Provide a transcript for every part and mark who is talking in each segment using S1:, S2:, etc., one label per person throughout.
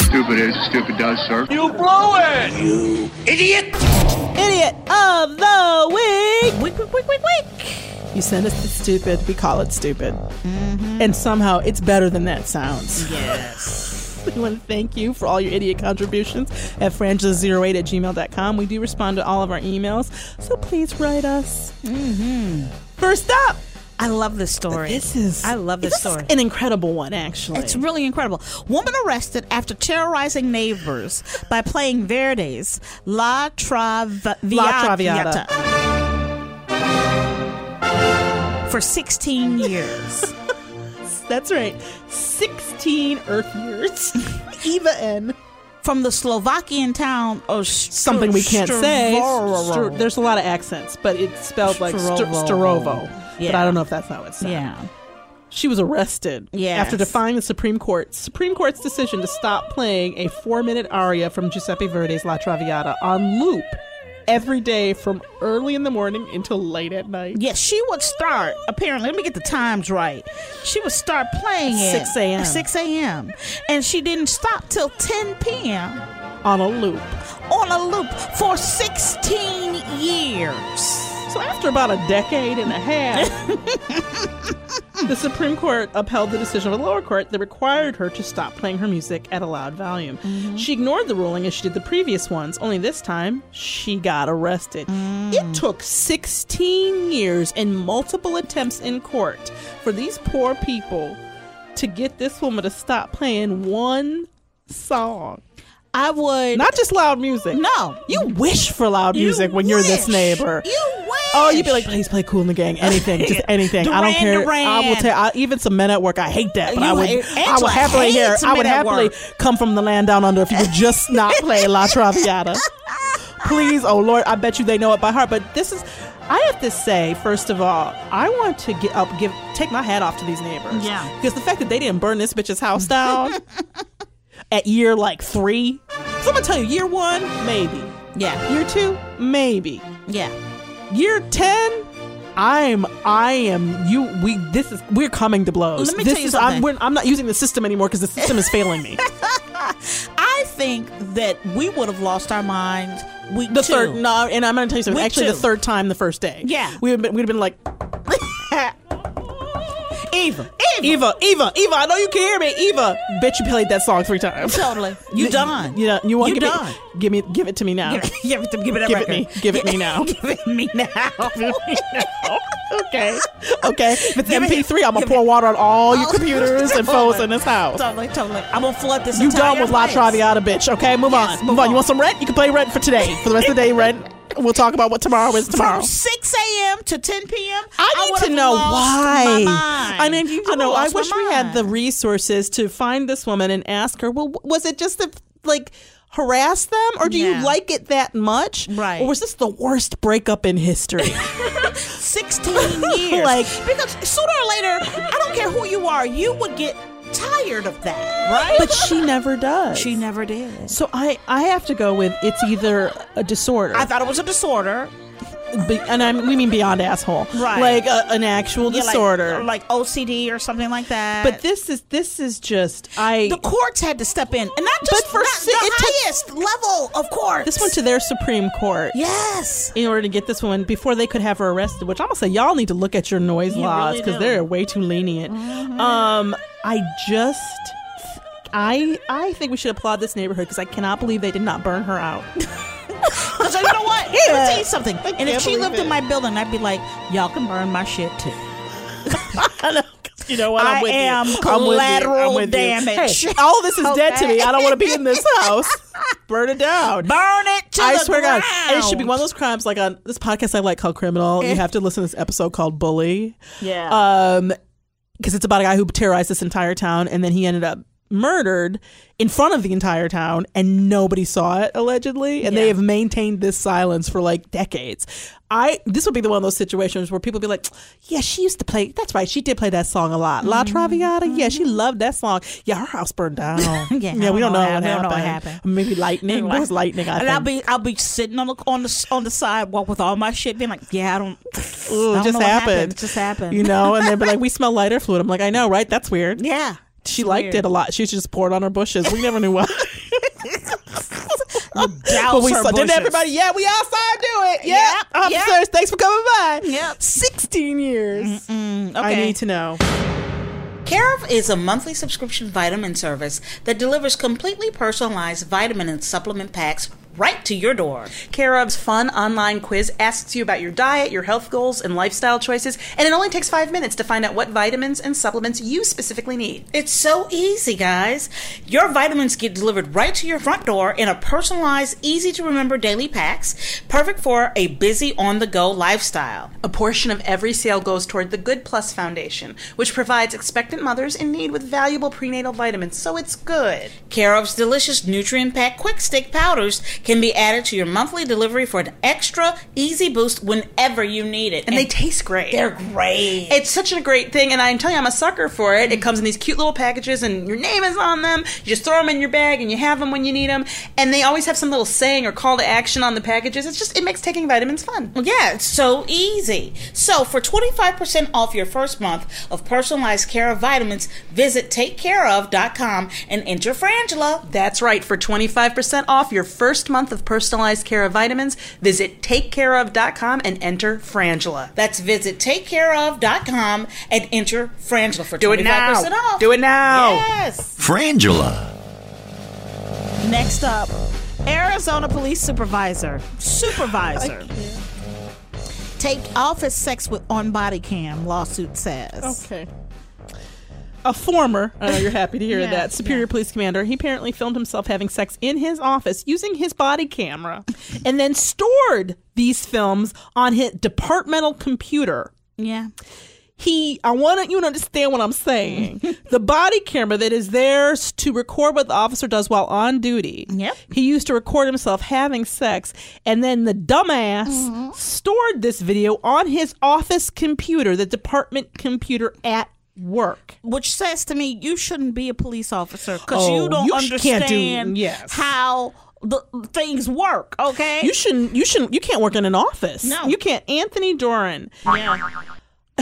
S1: Stupid is, stupid does, sir.
S2: Idiot of the week. Week, week, week, week, week. You send us the stupid, we call it stupid.
S3: Mm-hmm.
S2: And somehow it's better than that sounds. Yes. we want to thank you for all your idiot contributions at frangela08 at gmail.com. We do respond to all of our emails, so please write us. Mm-hmm. First up,
S3: I love this story.
S2: this is.
S3: I love this,
S2: this
S3: story.
S2: Is an incredible one, actually.
S3: It's really incredible. Woman arrested after terrorizing neighbors by playing Verde's La Traviata,
S2: La Traviata.
S3: for 16 years.
S2: That's right. 16 Earth years. Eva N.
S3: From the Slovakian town of St-
S2: something we can't say.
S3: Stavro-
S2: Stro- there's a lot of accents, but it's spelled like St-
S3: Strovo.
S2: Starovo. But
S3: Yeah.
S2: I don't know if that's not what it's said.
S3: yeah.
S2: She was arrested
S3: Yes.
S2: after defying the Supreme Court Supreme Court's decision to stop playing a four-minute aria from Giuseppe Verdi's La Traviata on loop every day from early in the morning until late at night.
S3: Yes, she would start. Apparently, let me get the times right. She would start playing it
S2: 6 a.m..
S3: Six a.m. And she didn't stop till ten p.m.
S2: On a loop.
S3: on a loop for sixteen years.
S2: So after about a decade and a half, the Supreme Court upheld the decision of a lower court that required her to stop playing her music at a loud volume. She ignored the ruling as she did the previous ones, only this time she got arrested. It took 16 years and multiple attempts in court for these poor people to get this woman to stop playing one song.
S3: I would
S2: Not just loud music.
S3: No.
S2: You wish for loud
S3: You
S2: music when you're this
S3: wish.
S2: neighbor.
S3: You wish.
S2: Oh, you'd be like, please play cool in the gang. Anything, just anything. I don't
S3: Duran
S2: care. I will
S3: Duran.
S2: tell. I, even some men at work, I hate that. But
S3: You
S2: I would.
S3: hate-
S2: I would
S3: Angela
S2: happily hear.
S3: hates
S2: I would
S3: men at
S2: happily
S3: work.
S2: come from the land down under if you would just not play La Traviata. Please, oh Lord, I bet you they know it by heart. But this is. I have to say, first of all, I want to get up, give, take my hat off to these neighbors.
S3: Yeah.
S2: Because the fact that they didn't burn this bitch's house down at year like three, someone tell you year one, maybe.
S3: yeah,
S2: Year two, maybe
S3: yeah.
S2: year 10 i'm i am you we this is we're coming to blows
S3: Let me
S2: this
S3: tell you
S2: is I'm,
S3: something.
S2: we're, I'm not using the system anymore because the system is failing me
S3: I think that we would have lost our minds. We
S2: the third no and i'm gonna tell you something
S3: Week
S2: actually
S3: two.
S2: the third time the first day
S3: Yeah.
S2: we'd have been, we'd have been like
S3: Eva,
S2: eva eva eva i know you can hear me eva bet you played that song three times
S3: totally. You done?
S2: you know you want
S3: You
S2: to give,
S3: done.
S2: me give me give it to me now
S3: Give it, give it, give it, that
S2: Give
S3: record.
S2: it me. Give it me now.
S3: give it me now.
S2: okay okay if it's
S3: Give it-
S2: mp3 i'm gonna
S3: give
S2: pour
S3: it-
S2: water on all your
S3: All-
S2: computers and phones in this house
S3: totally, totally. I'm gonna flood this.
S2: You
S3: entire
S2: done with La
S3: place.
S2: Traviata, bitch. Okay, move
S3: Yes,
S2: on. Move
S3: move
S2: on.
S3: on.
S2: You want some rent? You can play rent for today. For the rest of the day, rent. We'll talk about what tomorrow is tomorrow.
S3: From 6 a.m. to 10 p.m.
S2: I need
S3: would've
S2: to know
S3: lost
S2: why.
S3: My mind.
S2: I need you to
S3: would've
S2: know. I
S3: lost my
S2: wish we had
S3: mind.
S2: the resources to find this woman and ask her. Well, w- was it just to like harass them, or do
S3: Yeah.
S2: you like it that much?
S3: Right.
S2: Or was this the worst breakup in history?
S3: 16 years.
S2: Like-
S3: because sooner or later, I don't care who you are, you would get tired of that, right?
S2: but she never does.
S3: she never did.
S2: So I I have to go with it's either a disorder.
S3: I thought it was a disorder.
S2: be, and I'm, we mean beyond asshole,
S3: Right.
S2: Like a, an actual
S3: Yeah, like-
S2: disorder.
S3: or like, OCD or something like that.
S2: but this is this is just I.
S3: the courts had to step in, and not just
S2: But for
S3: not
S2: si-
S3: the
S2: it took-
S3: highest level of courts.
S2: this went to their Supreme Court.
S3: yes.
S2: in order to get this woman before they could have her arrested, which I'm gonna say y'all need to look at your noise laws
S3: really
S2: because
S3: do.
S2: they're way too lenient. Um, I just. I, I think we should applaud this neighborhood because I cannot believe they did not burn her out.
S3: Because you know what? Let me tell you something. And if
S2: can't
S3: she
S2: believe
S3: lived
S2: it.
S3: in my building, I'd be like, y'all can burn my shit too.
S2: You know
S3: what? I'm with you. I'm with you. I'm with you. Hey,
S2: all this is dead to me.
S3: Okay.
S2: I don't want to be in this house. burn it down.
S3: Burn it to
S2: I
S3: the
S2: swear
S3: ground. Eh.
S2: to God, it should be one of those crimes like on this podcast I like called Criminal. You have to listen to this episode called Bully.
S3: Yeah.
S2: Um, because it's about a guy who terrorized this entire town and then he ended up murdered in front of the entire town and nobody saw it allegedly and they have maintained this silence for like decades i this would be the one of those situations where people be like yeah she used to play that's right she did play that song a lot la
S3: Mm-hmm.
S2: traviata yeah she loved that song yeah her house burned down
S3: Yeah, I
S2: we
S3: don't
S2: don't
S3: know
S2: know,
S3: how-
S2: what
S3: we don't
S2: happened.
S3: know what happened.
S2: maybe lightning there was lightning I
S3: and
S2: think.
S3: I'll be I'll be sitting on the on the on the sidewalk with all my shit, being like, "Yeah, I don't,
S2: Ooh,
S3: I don't
S2: just
S3: know what
S2: happened.
S3: It just happened."
S2: You know, and they'd be like, we smell lighter fluid. I'm like, I know, right? That's weird.
S3: yeah,
S2: She liked it a lot. She just poured on her bushes. We never knew why. but
S3: Douse
S2: we
S3: her
S2: saw, didn't
S3: bushes.
S2: everybody? Yeah, we all saw her do it. Yeah.
S3: Yep,
S2: Officers,
S3: yep.
S2: thanks for coming by.
S3: Yep.
S2: 16 years.
S3: Okay.
S2: I need to know.
S3: Care of is a monthly subscription vitamin service that delivers completely personalized vitamin and supplement packs right to your door.
S4: Care of's fun online quiz asks you about your diet, your health goals, and lifestyle choices, and it only takes five minutes to find out what vitamins and supplements you specifically need.
S3: It's so easy, guys. Your vitamins get delivered right to your front door in a personalized, easy to remember daily packs, perfect for a busy on the go lifestyle.
S4: A portion of every sale goes toward the Good Plus Foundation, which provides expectant mothers in need with valuable prenatal vitamins, so it's good.
S3: Care of's delicious nutrient packed quick stick powders can be added to your monthly delivery for an extra easy boost whenever you need it.
S4: And they taste great.
S3: They're great.
S4: It's such a great thing, and I'm telling you, I'm a sucker for it. It comes in these cute little packages, and your name is on them. You just throw them in your bag, and you have them when you need them. And they always have some little saying or call to action on the packages. It's just it makes taking vitamins fun.
S3: Yeah, it's so easy. So for 25% off your first month of personalized care of vitamins, visit takecareof.com and enter Frangela.
S4: That's right. For 25% off your first month of personalized care of vitamins, visit takecareof.com and enter Frangela.
S3: That's visit takecareof.com and enter Frangela for 25%
S4: Do it now.
S3: off.
S4: Do it now.
S3: Yes.
S5: Frangela.
S3: Next up, Arizona police supervisor. Supervisor. Taped office sex with on body cam, lawsuit says.
S2: Okay. A former, I know you're happy to hear
S3: Yeah,
S2: that, Superior Police Commander, he apparently filmed himself having sex in his office using his body camera and then stored these films on his departmental computer.
S3: Yeah.
S2: he i want you to understand what i'm saying the body camera that is there s- to record what the officer does while on duty
S3: Yep.
S2: he used to record himself having sex and then the dumbass stored this video on his office computer the department computer at work
S3: which says to me you shouldn't be a police officer because
S2: Oh,
S3: you don't
S2: you sh-
S3: understand
S2: can't do- yes.
S3: how the things work. Okay,
S2: you shouldn't you shouldn't you can't work in an office
S3: No.
S2: you can't anthony doran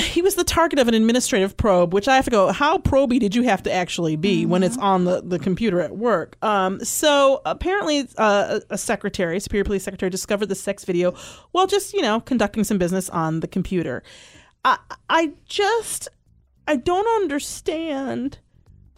S2: he was the target of an administrative probe, which I have to go, how proby did you have to actually be when it's on the, the computer at work? Um, so apparently, uh, a a secretary, Superior Police Secretary, discovered the sex video while just, you know, conducting some business on the computer. I, I just, I don't understand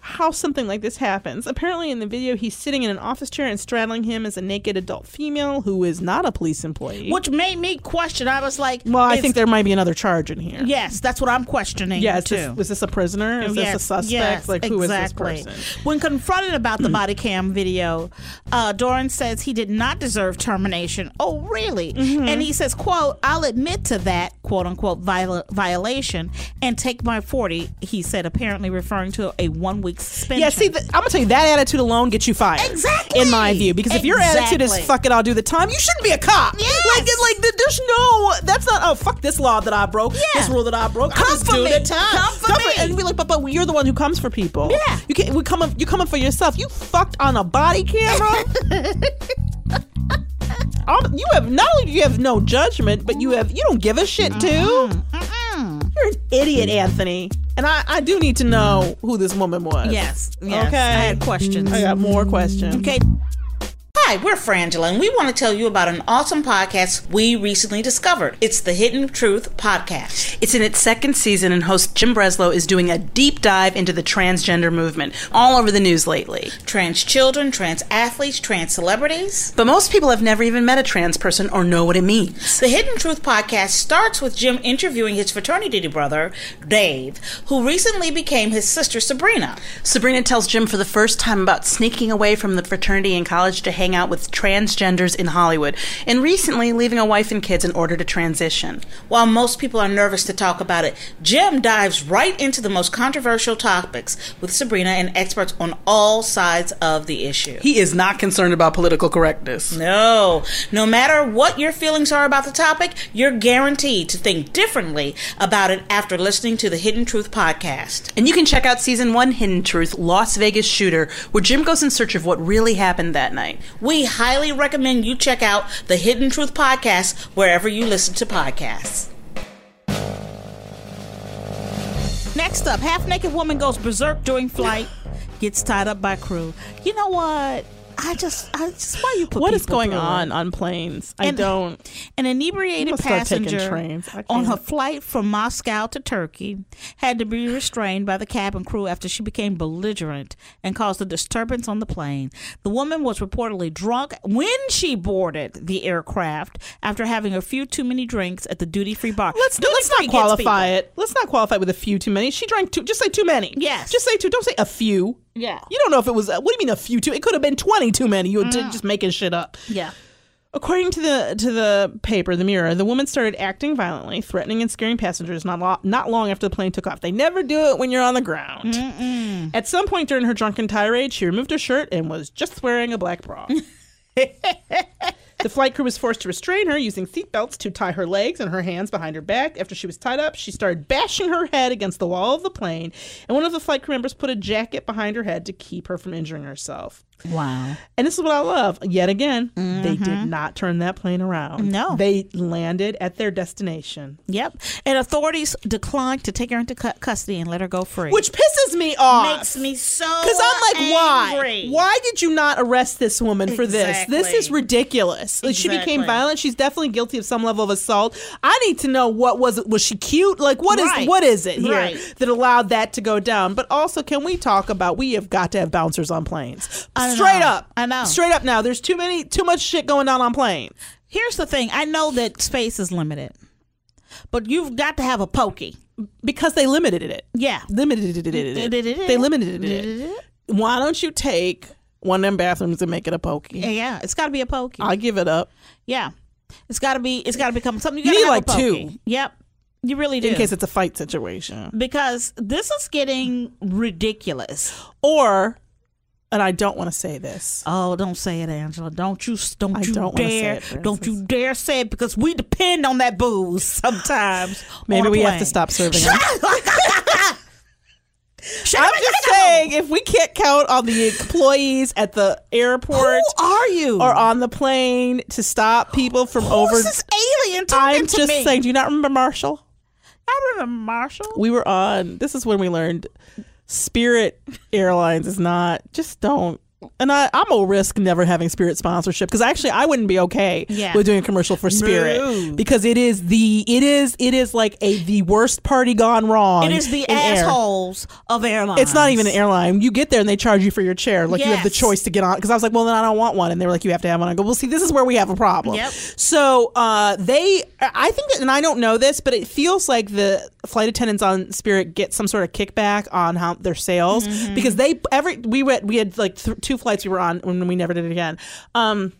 S2: how something like this happens. Apparently, in the video, he's sitting in an office chair and straddling him is a naked adult female who is not a police employee.
S3: which made me question. I was like,
S2: well, I
S3: if-
S2: think there might be another charge in here.
S3: yes, that's what I'm questioning.
S2: Yeah, is
S3: too.
S2: this, was this a prisoner? Is
S3: yes,
S2: this a suspect?
S3: yes,
S2: like, who is
S3: exactly.
S2: this person?
S3: When confronted about the body cam video, uh, Doran says he did not deserve termination. Oh, really?
S2: Mm-hmm.
S3: And he says, "quote I'll admit to that quote unquote viola- violation and take my 40, He said, apparently referring to a one week suspension.
S2: Yeah, see, th- I'm gonna tell you that attitude alone gets you fired.
S3: Exactly.
S2: In my view, because if your attitude is
S3: Exactly.
S2: "fuck it, I'll do the time," you shouldn't be a cop.
S3: Yes.
S2: Like, it- like, th- there's no. That's not. Oh, fuck this law that I broke. This rule that I broke.
S3: Come
S2: I'll just
S3: for
S2: do
S3: me.
S2: the time.
S3: Come for me.
S2: And be like, but, but you're the one who comes for people.
S3: Yeah.
S2: You can't. We come. up- You come up for yourself. You fucked on a body camera. Um, you have not only do you have no judgment, but you have you don't give a shit too. You're an idiot, Anthony. And I, I do need to know who this woman was.
S3: Yes. Yes.
S2: Okay.
S3: I had questions.
S2: I got more questions.
S3: Okay.
S4: Hi, we're Frangela, and we want to tell you about an awesome podcast we recently discovered. It's the Hidden Truth Podcast. It's in its second season, and host Jim Breslow is doing a deep dive into the transgender movement all over the news lately.
S3: Trans children, trans athletes, trans celebrities.
S4: But most people have never even met a trans person or know what it means.
S3: The Hidden Truth podcast starts with Jim interviewing his fraternity brother, Dave, who recently became his sister Sabrina.
S4: Sabrina tells Jim for the first time about sneaking away from the fraternity in college to hang out with transgenders in Hollywood, and recently leaving a wife and kids in order to transition.
S3: While most people are nervous to talk about it, Jim dives right into the most controversial topics with Sabrina and experts on all sides of the issue.
S4: He is not concerned about political correctness.
S3: No, no matter what your feelings are about the topic, you're guaranteed to think differently about it after listening to the Hidden Truth podcast.
S4: And you can check out season one Hidden Truth Las Vegas Shooter, where Jim goes in search of what really happened that night.
S3: We highly recommend you check out the Hidden Truth podcast wherever you listen to podcasts. Next up, half naked woman goes berserk during flight, gets tied up by crew. You know what? I just, I just why you put
S2: What is
S3: people
S2: going
S3: through it?
S2: on on planes? I
S3: And-
S2: don't.
S3: An
S2: I'm
S3: inebriated
S2: gonna start taking
S3: passenger
S2: trains. I
S3: on her
S2: can't.
S3: flight from Moscow to Turkey had to be restrained by the cabin crew after she became belligerent and caused a disturbance on the plane. The woman was reportedly drunk when she boarded the aircraft after having a few too many drinks at the duty free bar.
S2: Let's
S3: Duty
S2: let's
S3: free gets
S2: not qualify
S3: people.
S2: it. Let's not qualify it with a few too many. She drank two. Just say too many.
S3: Yes.
S2: Just say two. Don't say a few.
S3: Yeah.
S2: You don't know if it was. uh what do you mean a few too? It could have been twenty too many. You were d- just making shit up.
S3: Yeah.
S2: According to the to the paper, the Mirror, the woman started acting violently, threatening and scaring passengers. Not lo- not long after the plane took off, they never do it when you're on the ground. At some point during her drunken tirade, she removed her shirt and was just wearing a black bra. the flight crew was forced to restrain her using seatbelts to tie her legs and her hands behind her back. After she was tied up, she started bashing her head against the wall of the plane, and one of the flight crew members put a jacket behind her head to keep her from injuring herself.
S3: Wow.
S2: And this is what I love. Yet again, they did not turn that plane around.
S3: No.
S2: They landed at their destination.
S3: Yep. And authorities declined to take her into cu- custody and let her go free.
S2: Which pisses me off.
S3: makes me so
S2: Because I'm like,
S3: angry.
S2: why? Why did you not arrest this woman for this? This is
S3: Exactly.
S2: ridiculous. Like, She became
S3: Exactly.
S2: violent. She's definitely guilty of some level of assault. I need to know what was it? Was she cute? Like, what is
S3: Right.
S2: what is it here
S3: Right.
S2: that allowed that to go down? But also, can we talk about we have got to have bouncers on planes?
S3: I know.
S2: Straight up,
S3: I know.
S2: Straight up. Now, there's too many, too much shit going on on planes.
S3: Here's the thing. I know that space is limited, but you've got to have a pokey.
S2: because they limited it.
S3: Yeah.
S2: Limited it. it- it- it.
S3: Limited it.
S2: They limited it. Why don't you take one of them bathrooms and make it a
S3: Yeah,
S2: pokey?
S3: yeah. It's got to be a pokey.
S2: I give it up
S3: yeah. It's got to be. It's got to become something. You,
S2: You
S3: gotta
S2: need,
S3: have a
S2: like,
S3: pokey.
S2: two.
S3: Yep. You really do.
S2: in case it's a fight situation.
S3: because this is getting ridiculous.
S2: Or, and I don't want to say this.
S3: Oh, don't say it, Angela. Don't you? Don't
S2: I
S3: you
S2: don't wanna say
S3: dare?
S2: it, Frances.
S3: don't you dare say it because we depend on that booze sometimes. on
S2: Maybe
S3: a
S2: we have
S3: plane.
S2: to stop serving.
S3: Shut
S2: it.
S3: up. Shut
S2: I'm
S3: up.
S2: just saying, if we can't count on the employees at the airport
S3: Who are you?
S2: or on the plane to stop people from over,
S3: Who's this alien talking
S2: I'm
S3: to
S2: just
S3: me?
S2: saying. Do you not remember Marshall?
S3: I remember Marshall.
S2: we were on this is when we learned spirit airlines is not just don't and I, I'm a risk never having Spirit sponsorship because actually I wouldn't be okay
S3: Yeah.
S2: with doing a commercial for Spirit
S3: No.
S2: because it is the it is it is like a the worst party gone wrong.
S3: It is the
S2: in air.
S3: assholes of airlines.
S2: It's not even an airline. You get there and they charge you for your chair. Like you have the
S3: Yes.
S2: choice to get on. Because I was like, well, then I don't want one. And they were like, you have to have one. I go, well, see, this is where we have a problem.
S3: Yep.
S2: So uh, they, I think, that, and I don't know this, but it feels like the flight attendants on Spirit get some sort of kickback on how their sales
S3: Mm-hmm.
S2: because they every we went we had like th- two flights we were on and we never did it again. Um,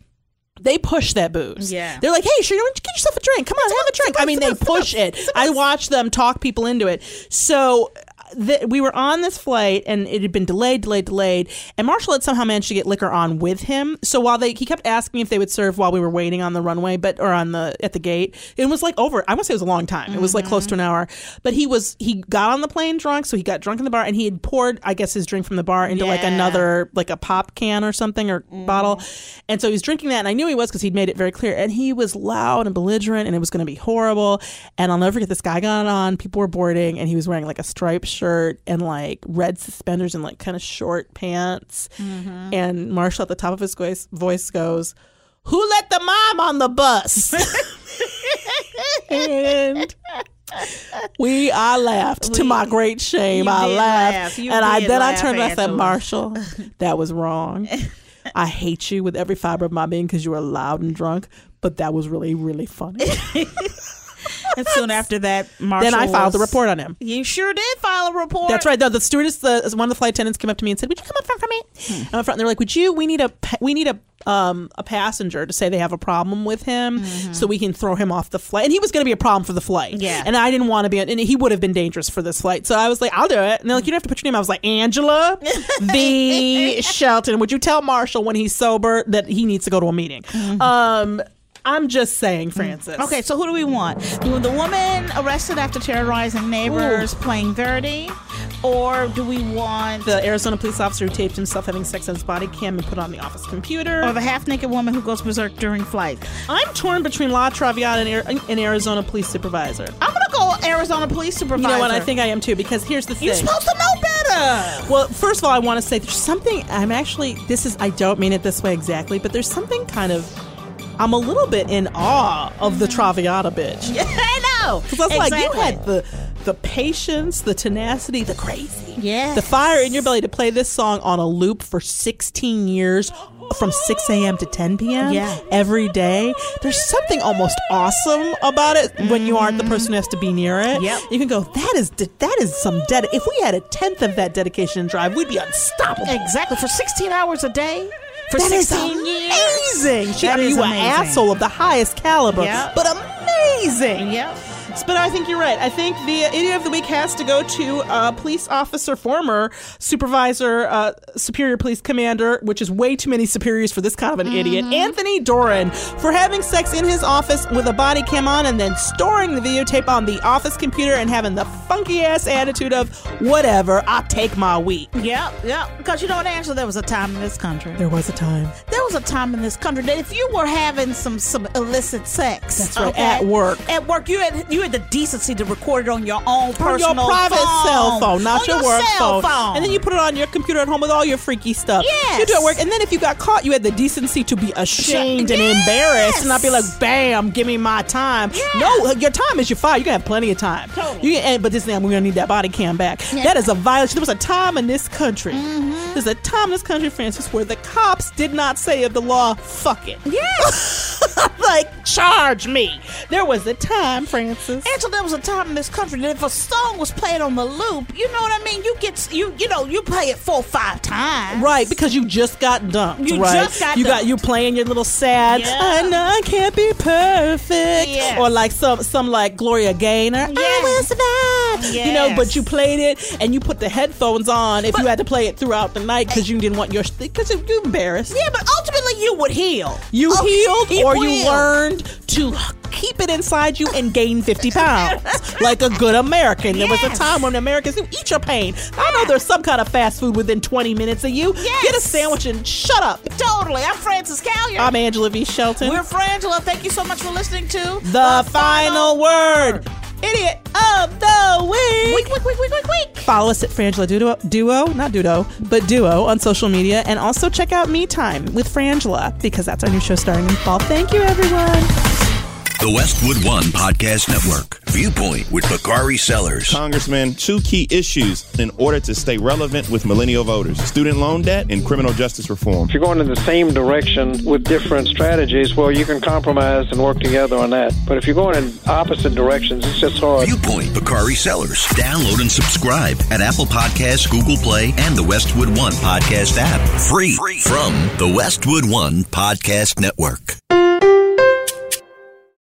S2: they push that booze.
S3: Yeah.
S2: They're like, hey, sure, why don't you get yourself a drink? Come on, have a drink. I mean, they push it. I watch them talk people into it. So th- we were on this flight and it had been delayed, delayed, delayed. And Marshall had somehow managed to get liquor on with him. So while they, he kept asking if they would serve while we were waiting on the runway, but or on the at the gate, it was like over. I want to say it was a long time. It was like close
S3: Mm-hmm.
S2: to an hour. But he was he got on the plane drunk, so he got drunk in the bar and he had poured, I guess, his drink from the bar into like
S3: Yeah.
S2: another like a pop can or something or bottle. And so he was drinking that, and I knew he was because he'd made it very clear. And he was loud and belligerent, and it was going to be horrible. And I'll never forget this guy got on. People were boarding, and he was wearing like a striped shirt and like red suspenders and like kind of short pants. And Marshall at the top of his voice, voice goes, "Who let the mom on the bus?" and we, I laughed to my great shame.
S3: You
S2: I
S3: did
S2: laughed,
S3: laugh. You
S2: and I
S3: did
S2: then I
S3: laugh,
S2: turned and I said,
S3: Angela.
S2: "Marshall, that was wrong. I hate you with every fiber of my being because you were loud and drunk." But that was really, really funny.
S3: And soon after that, Marshall.
S2: then I filed a
S3: was-
S2: report on him.
S3: You sure did file a report.
S2: That's right. No, the stewardess, the one of the flight attendants, came up to me and said, "Would you come up front for me?"
S3: Hmm.
S2: I'm up front, and they're like, "Would you? We need a pa- we need a um a passenger to say they have a problem with him, so we can throw him off the flight." And he was going to be a problem for the flight.
S3: Mm-hmm. Yeah.
S2: And I didn't want to be, and he would have been dangerous for this flight. So I was like, "I'll do it." And they're like, "You don't have to put your name." I was like, "Angela V. Shelton, would you tell Marshall when he's sober that he needs to go to a meeting?" Um, I'm just saying, Francis.
S3: Mm-hmm. Okay, so who do we want? Do the woman arrested after terrorizing neighbors playing dirty, or do we want
S2: The Arizona police officer who taped himself having sex on his body cam and put it on the office computer.
S3: or the half-naked woman who goes berserk during flight?
S2: I'm torn between La Traviata and, Ar- and Arizona police supervisor.
S3: I'm gonna go Arizona police
S2: You
S3: supervisor.
S2: know what? I think I am too because here's the thing.
S3: you're supposed to know better.
S2: well, first of all, I want to say there's something. I'm actually. This is. I don't mean it this way exactly, but there's something kind of. I'm a little bit in awe of the Traviata bitch.
S3: I know.
S2: Because I was like, you
S3: Exactly.
S2: had the the patience, the tenacity, the crazy.
S3: Yes.
S2: The fire in your belly to play this song on a loop for 16 years from 6 a.m. to 10 p.m.
S3: Yeah.
S2: every day. There's something almost awesome about it when you aren't the person who has to be near it.
S3: Mm-hmm. Yep.
S2: You can go, that is de- that is some dead. If we had a tenth of that dedication and drive, we'd be unstoppable.
S3: Exactly for 16 hours a day for
S2: That is
S3: 16 years.
S2: amazing. She,
S3: That
S2: I mean,
S3: is
S2: you were an
S3: amazing.
S2: asshole of the highest caliber,
S3: Yeah.
S2: but amazing.
S3: Yep.
S2: But I think you're right. I think the idiot of the week has to go to uh, police officer, former supervisor, uh, superior police commander, which is way too many superiors for this kind of an idiot, Anthony Doran, for having sex in his office with a body cam on and then storing the videotape on the office computer and having the funky ass attitude of, whatever, I'll take my week.
S3: Yep, yep. Because you know what, Angela? There was a time in this country.
S2: There was a time.
S3: There was a time in this country that if you were having some some illicit sex,
S2: That's right, at work.
S3: at work, you had you had the decency to record it on your own
S2: on
S3: personal
S2: your private
S3: phone.
S2: cell phone, not
S3: On
S2: your, work
S3: cell
S2: phone. And then you put it on your computer at home with all your freaky stuff.
S3: Yes.
S2: You do it work, and then if you got caught, you had the decency to be ashamed and
S3: Yes.
S2: embarrassed, and not be like, "Bam, give me my time." No, your time is your fire. You can have plenty of time.
S3: Totally.
S2: You can, and- but this thing, we're gonna need that body cam back. That is a violation. There was a time in this country.
S3: Mm-hmm.
S2: There's a time in this country, Francis, where the cops did not say of the law, "Fuck it." Yes. like charge me. There was a time, Francis.
S3: Angela, there was a time in this country that if a song was played on the loop, you know what I mean. You get you you know you play it four or five times.
S2: Right, because you just got dumped.
S3: You
S2: right?
S3: just got
S2: you got
S3: dumped.
S2: you playing your little sad.
S3: Yeah.
S2: I know I can't be perfect,
S3: Yes.
S2: or like some some like Gloria Gaynor. I
S3: Yes.
S2: will survive. You know, but
S3: Yes.
S2: you played it and you put the headphones on if you had to play it throughout the night because you didn't want your because you embarrassed.
S3: Yeah, but ultimately you would heal.
S2: You
S3: Oh,
S2: healed
S3: he
S2: or you
S3: will.
S2: learned to keep it inside you and gain 50 pounds like a good American. There was a
S3: Yes.
S2: time when Americans would eat your pain. I know there's some kind of fast food within 20 minutes of you. Get a
S3: Yes.
S2: sandwich and shut up.
S3: Totally. I'm Francis Callier.
S2: I'm Angela V. Shelton.
S3: We're Frangela. Thank you so much for listening to
S2: the final word. Idiot of the week.
S3: Week, week, week, week, week, week.
S2: Follow us at Frangela Duo, Duo, not Dudo, but Duo on social media. And also check out Me Time with Frangela because that's our new show starting in the fall. Thank you, everyone.
S5: The Westwood One Podcast Network. Viewpoint with Bakari Sellers.
S6: Congressman, two key issues in order to stay relevant with millennial voters student loan debt and criminal justice reform.
S7: If you're going in the same direction with different strategies, well, you can compromise and work together on that. But if you're going in opposite directions, it's just hard.
S5: Viewpoint Bakari Sellers. Download and subscribe at Apple Podcasts, Google Play, and the Westwood One Podcast app. Free from the Westwood One Podcast Network.